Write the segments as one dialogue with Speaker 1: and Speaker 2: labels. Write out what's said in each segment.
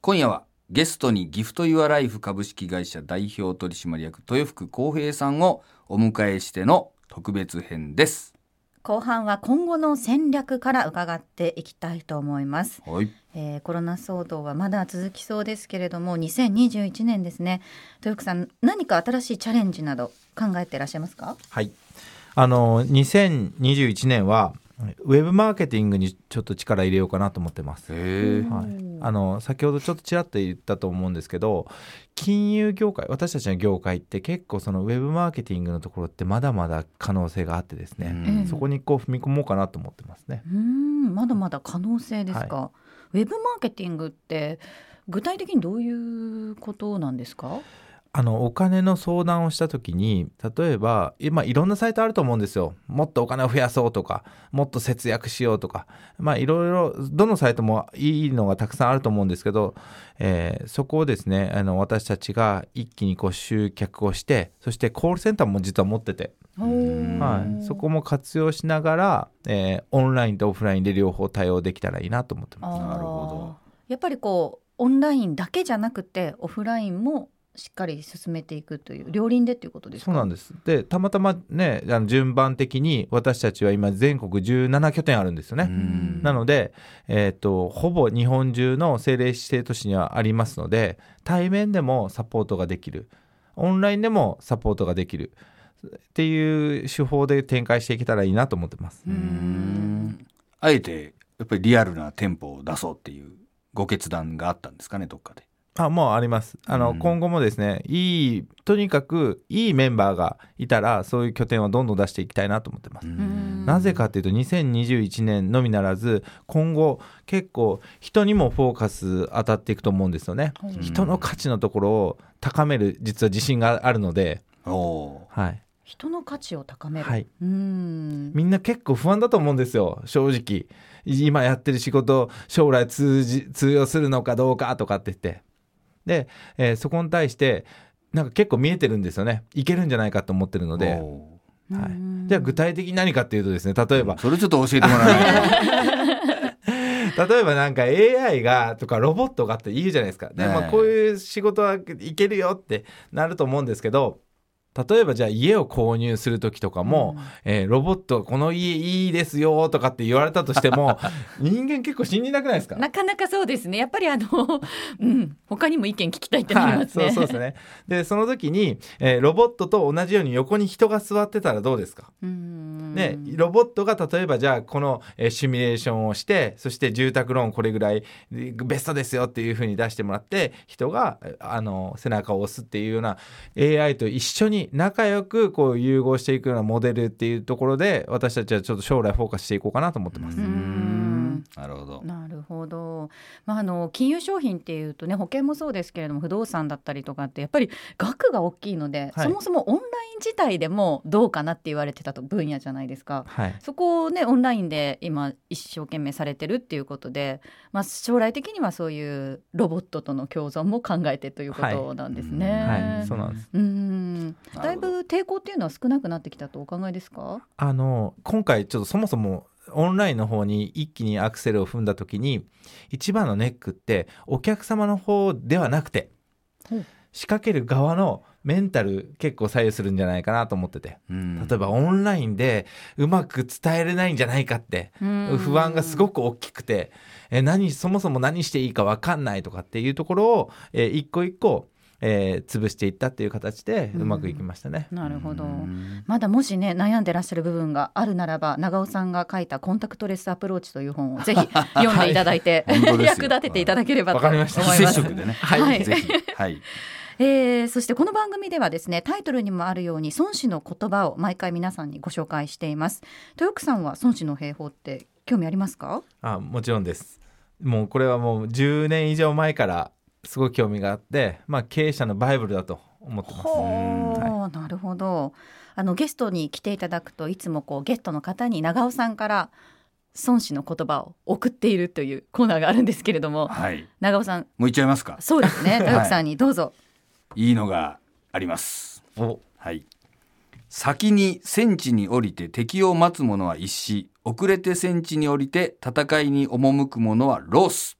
Speaker 1: 今夜はゲストにギフトユアライフ株式会社代表取締役豊福康平さんをお迎えしての特別編です。
Speaker 2: 後半は今後の戦略から伺っていきたいと思います、
Speaker 1: はい。
Speaker 2: えーコロナ騒動はまだ続きそうですけれども2021年ですね豊福さん何か新しいチャレンジなど考えていらっしゃいますか
Speaker 3: はい。あの、2021年は、ウェブマーケティングにちょっと力入れようかなと思ってます。
Speaker 1: へえ。
Speaker 3: はい
Speaker 2: うん、
Speaker 3: あの先ほどちょっとちらっと言ったと思うんですけど金融業界私たちの業界って結構そのウェブマーケティングのところってまだまだ可能性があってです
Speaker 1: う
Speaker 3: ね、
Speaker 1: ん
Speaker 3: そこにこう踏み込もうかなと思ってますね。
Speaker 2: うーんまだまだ可能性ですか、ウェブマーケティングって具体的にどういうことなんですか
Speaker 3: あのお金の相談をした時に例えば今いろんなサイトあると思うんですよもっとお金を増やそうとかもっと節約しようとかまあいろいろどのサイトもいいのがたくさんあると思うんですけど、えーそこをですねあの私たちが一気にこう集客をしてそしてコールセンターも実は持ってて、
Speaker 1: ん
Speaker 3: はい、そこも活用しながら、えーオンラインとオフラインで両方対応できたらいいなと思ってます。
Speaker 2: あー
Speaker 1: なるほど
Speaker 2: やっぱりこうオンラインだけじゃなくてオフラインもしっかり進めていくという両輪でっていうことですか
Speaker 3: そうなんですでたまたまねあの順番的に私たちは今全国17拠点あるんですよね、
Speaker 1: うん
Speaker 3: なので、えー、とほぼ日本中の政令指定都市にはありますので対面でもサポートができるオンラインでもサポートができるっていう手法で展開していけたらいいなと思ってます
Speaker 2: うーん
Speaker 1: あえてやっぱりリアルな店舗を出そうっていうご決断があったんですかねどっかで。
Speaker 3: あもうありますあの、
Speaker 1: うん
Speaker 3: 今後もですねいいとにかくいいメンバーがいたらそういう拠点をどんどん出していきたいなと思ってます
Speaker 2: ん
Speaker 3: なぜかというと2021年のみならず今後結構人にもフォーカス当たっていくと思うんですよね。
Speaker 2: うん
Speaker 3: 人の価値のところを高める実は自信があるので、
Speaker 1: おお
Speaker 3: はい、
Speaker 2: 人の価値を高める、
Speaker 3: はいう
Speaker 2: ーん
Speaker 3: みんな結構不安だと思うんですよ正直今やってる仕事将来通じ通用するのかどうかとかって言ってで、えーそこに対してなんか結構見えてるんですよねいけるんじゃないかと思ってるの
Speaker 1: ー。
Speaker 3: で
Speaker 1: お
Speaker 3: はいう
Speaker 2: ーん
Speaker 3: じゃあ具体的に何かっていうとですね例えば
Speaker 1: ーそれちょっと教えてもらえないと。
Speaker 3: 例えばなんか AI がとかロボットがって言うじゃないですか。で、
Speaker 1: ねえ
Speaker 3: まあこういう仕事はいけるよってなると思うんですけど、例えばじゃあ家を購入する時とかも、えーロボットこの家いいですよとかって言われたとし ても、人間結構信じなくないですか
Speaker 4: なかなかそうですね。やっぱりあの、うん、他にも意見聞きたいってなり
Speaker 3: は
Speaker 4: ま
Speaker 3: い、
Speaker 4: すね。
Speaker 3: そうそうですね。で、その時に、えーロボットと同じように横に人が座ってたらどうですか
Speaker 2: うーん
Speaker 3: ね、ロボットが例えばじゃあこの、えーシミュレーションをしてそして住宅ローンこれぐらいえーベストですよっていう風に出してもらって人がえーあの背中を押すっていうような AI と一緒に仲良くこう融合していくようなモデルっていうところで私たちはちょっと将来フォーカスしていこうかなと思 ってます。
Speaker 1: うーんなるほど。
Speaker 2: なるほど、まあ、あの金融商品っていうとね保険もそうですけれども不動産だったりとかってやっぱり額が大きいので、
Speaker 3: はい
Speaker 2: そもそもオンライン自体でもどうかなって言われてたと分野じゃないですか。
Speaker 3: はい
Speaker 2: そこをねオンラインで今一生懸命されてるっていうことで、まあ、将来的にはそういうロボットとの共存も考えてということなんですね。
Speaker 3: はい、そうなんです
Speaker 2: うん
Speaker 1: ほど
Speaker 2: だいぶ抵抗っていうのは少なくなってきたとお考えですか、
Speaker 3: あの今回ちょっとそもそもオンラインの方に一気にアクセルを踏んだ時に一番のネックってお客様の方ではなくて
Speaker 2: ほう
Speaker 3: 仕掛ける側のメンタル結構左右するんじゃないかなと思ってて
Speaker 1: うん
Speaker 3: 例えばオンラインでうまく伝えれないんじゃないかって不安がすごく大きくてえ何そもそも何していいか分かんないとかっていうところをえー一個一個えー潰していったっていう形でうまくいきましたね。
Speaker 2: なるほど。
Speaker 1: うん
Speaker 2: まだもしね悩んでらっしゃる部分があるならば長尾さんが書いた「コンタクトレスアプローチ」という本をぜひ読んでいただいて、
Speaker 1: はい本当ですよ
Speaker 2: 役立てていただければと
Speaker 3: わか
Speaker 2: 思
Speaker 3: り
Speaker 2: いま
Speaker 3: まし
Speaker 2: す。
Speaker 3: た
Speaker 1: 非接触でね。
Speaker 2: はい
Speaker 1: ぜひ。はい。
Speaker 2: えーそしてこの番組ではですねタイトルにもあるように孫子の言葉を毎回皆さんにご紹介しています。豊福さんは孫子の兵法って興味ありますか
Speaker 3: あもちろんですもうこれはもう10年以上前からすごい興味があって、まあ、経営者のバイブルだと思ってます
Speaker 2: ほう、
Speaker 3: は
Speaker 2: なるほどあのゲストに来ていただくといつもこうゲストの方に長尾さんから孫子の言葉を送っているというコーナーがあるんですけれども
Speaker 1: はい。
Speaker 2: 長尾さん
Speaker 1: もう行っちゃいますか。
Speaker 2: そうですね
Speaker 1: い
Speaker 2: 豊福さんにどうぞ、
Speaker 1: いいのがあります。
Speaker 3: お
Speaker 1: はい。先に戦地に降りて敵を待つ者は一死、遅れて戦地に降りて戦いに赴く者はロス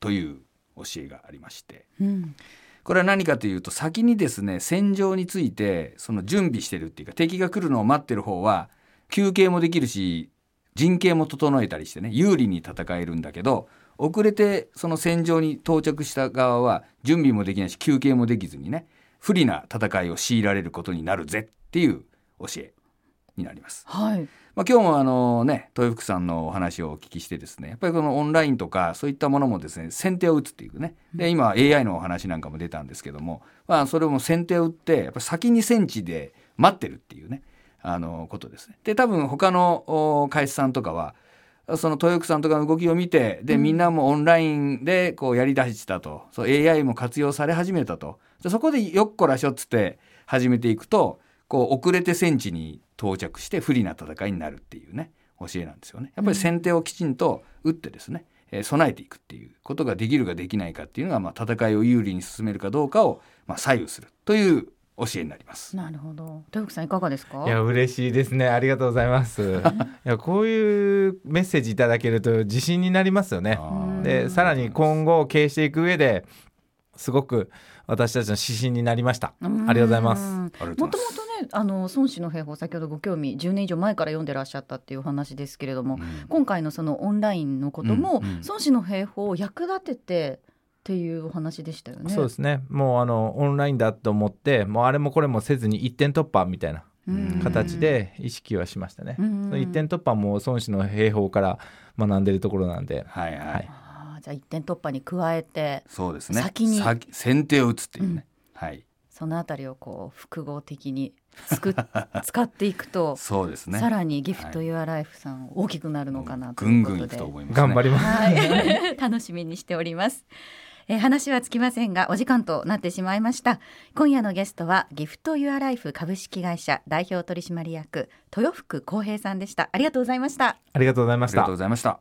Speaker 1: という教えがありまして
Speaker 2: うん
Speaker 1: これは何かというと先にですね戦場についてその準備してるっていうか敵が来るのを待ってる方は休憩もできるし陣形も整えたりしてね有利に戦えるんだけど遅れてその戦場に到着した側は準備もできないし休憩もできずにね不利な戦いを強いられることになるぜっていう教えになります。
Speaker 2: はい
Speaker 1: まあ、今日もあのね豊福さんのお話をお聞きしてですねやっぱりこのオンラインとかそういったものもですね先手を打つっていうねで今 AI のお話なんかも出たんですけども、まあ、それも先手を打ってやっぱ先に戦地で待ってるっていうねあのことですね。で多分他のお会社さんとかはその豊福さんとかの動きを見てでみんなもオンラインでこうやりだしたとそう AI も活用され始めたとでそこでよっこらしょっつって始めていくとこう遅れて戦地に到着して不利な戦いになるっていうね教えなんですよね。やっぱり先手をきちんと打ってですね、えー備えていくっていうことができるかできないかっていうのが、まあ、戦いを有利に進めるかどうかを、まあ、左右するという教えになります。
Speaker 2: なるほど豊福さんいかがですか
Speaker 3: いや嬉しいですねありがとうございます いやこういうメッセージいただけると自信になりますよね
Speaker 1: あー
Speaker 3: でさらに今後経営していく上ですごく私たちの指針になりましたありがとうございます
Speaker 2: うん
Speaker 1: ありがとう
Speaker 2: も
Speaker 1: ご
Speaker 2: と
Speaker 1: ざいま
Speaker 2: も
Speaker 1: す
Speaker 2: とねあの孫子の兵法先ほどご興味10年以上前から読んでらっしゃったっていうお話ですけれど
Speaker 1: う
Speaker 2: も、
Speaker 1: ん
Speaker 2: 今回のそのオンラインのことも、
Speaker 1: うんうん
Speaker 2: 孫子の兵法を役立ててっていうお話でしたよね。
Speaker 3: そうですねもうあのオンラインだと思ってもうあれもこれもせずに一点突破みたいな
Speaker 2: うん
Speaker 3: 形で意識はしましたね、
Speaker 2: うん
Speaker 3: その一点突破も孫子の兵法から学んでるところなんで
Speaker 1: はいはい、
Speaker 3: はい
Speaker 2: あーじゃあ一点突破に加えて
Speaker 1: そうですね
Speaker 2: 先に
Speaker 1: 先手を打つっていうね、はい
Speaker 2: そのあたりをこう複合的に作 っ使っていくと、
Speaker 1: そうですね
Speaker 2: さらにギフト・ユア・ライフさん大きくなるのかなと
Speaker 1: ぐ
Speaker 2: い
Speaker 1: ん
Speaker 2: うこ
Speaker 1: ぐん
Speaker 2: と
Speaker 1: いく
Speaker 2: で。
Speaker 1: と思います、ね、
Speaker 3: 頑張ります
Speaker 2: はい、 楽しみにしております。えー話はつきませんがお時間となってしまいました今夜のゲストはギフトユアライフ株式会社代表取締役豊福浩平さんでしたありがとうございました
Speaker 3: ありがとうございま
Speaker 1: あ
Speaker 3: し
Speaker 1: りが
Speaker 3: た
Speaker 1: とうございました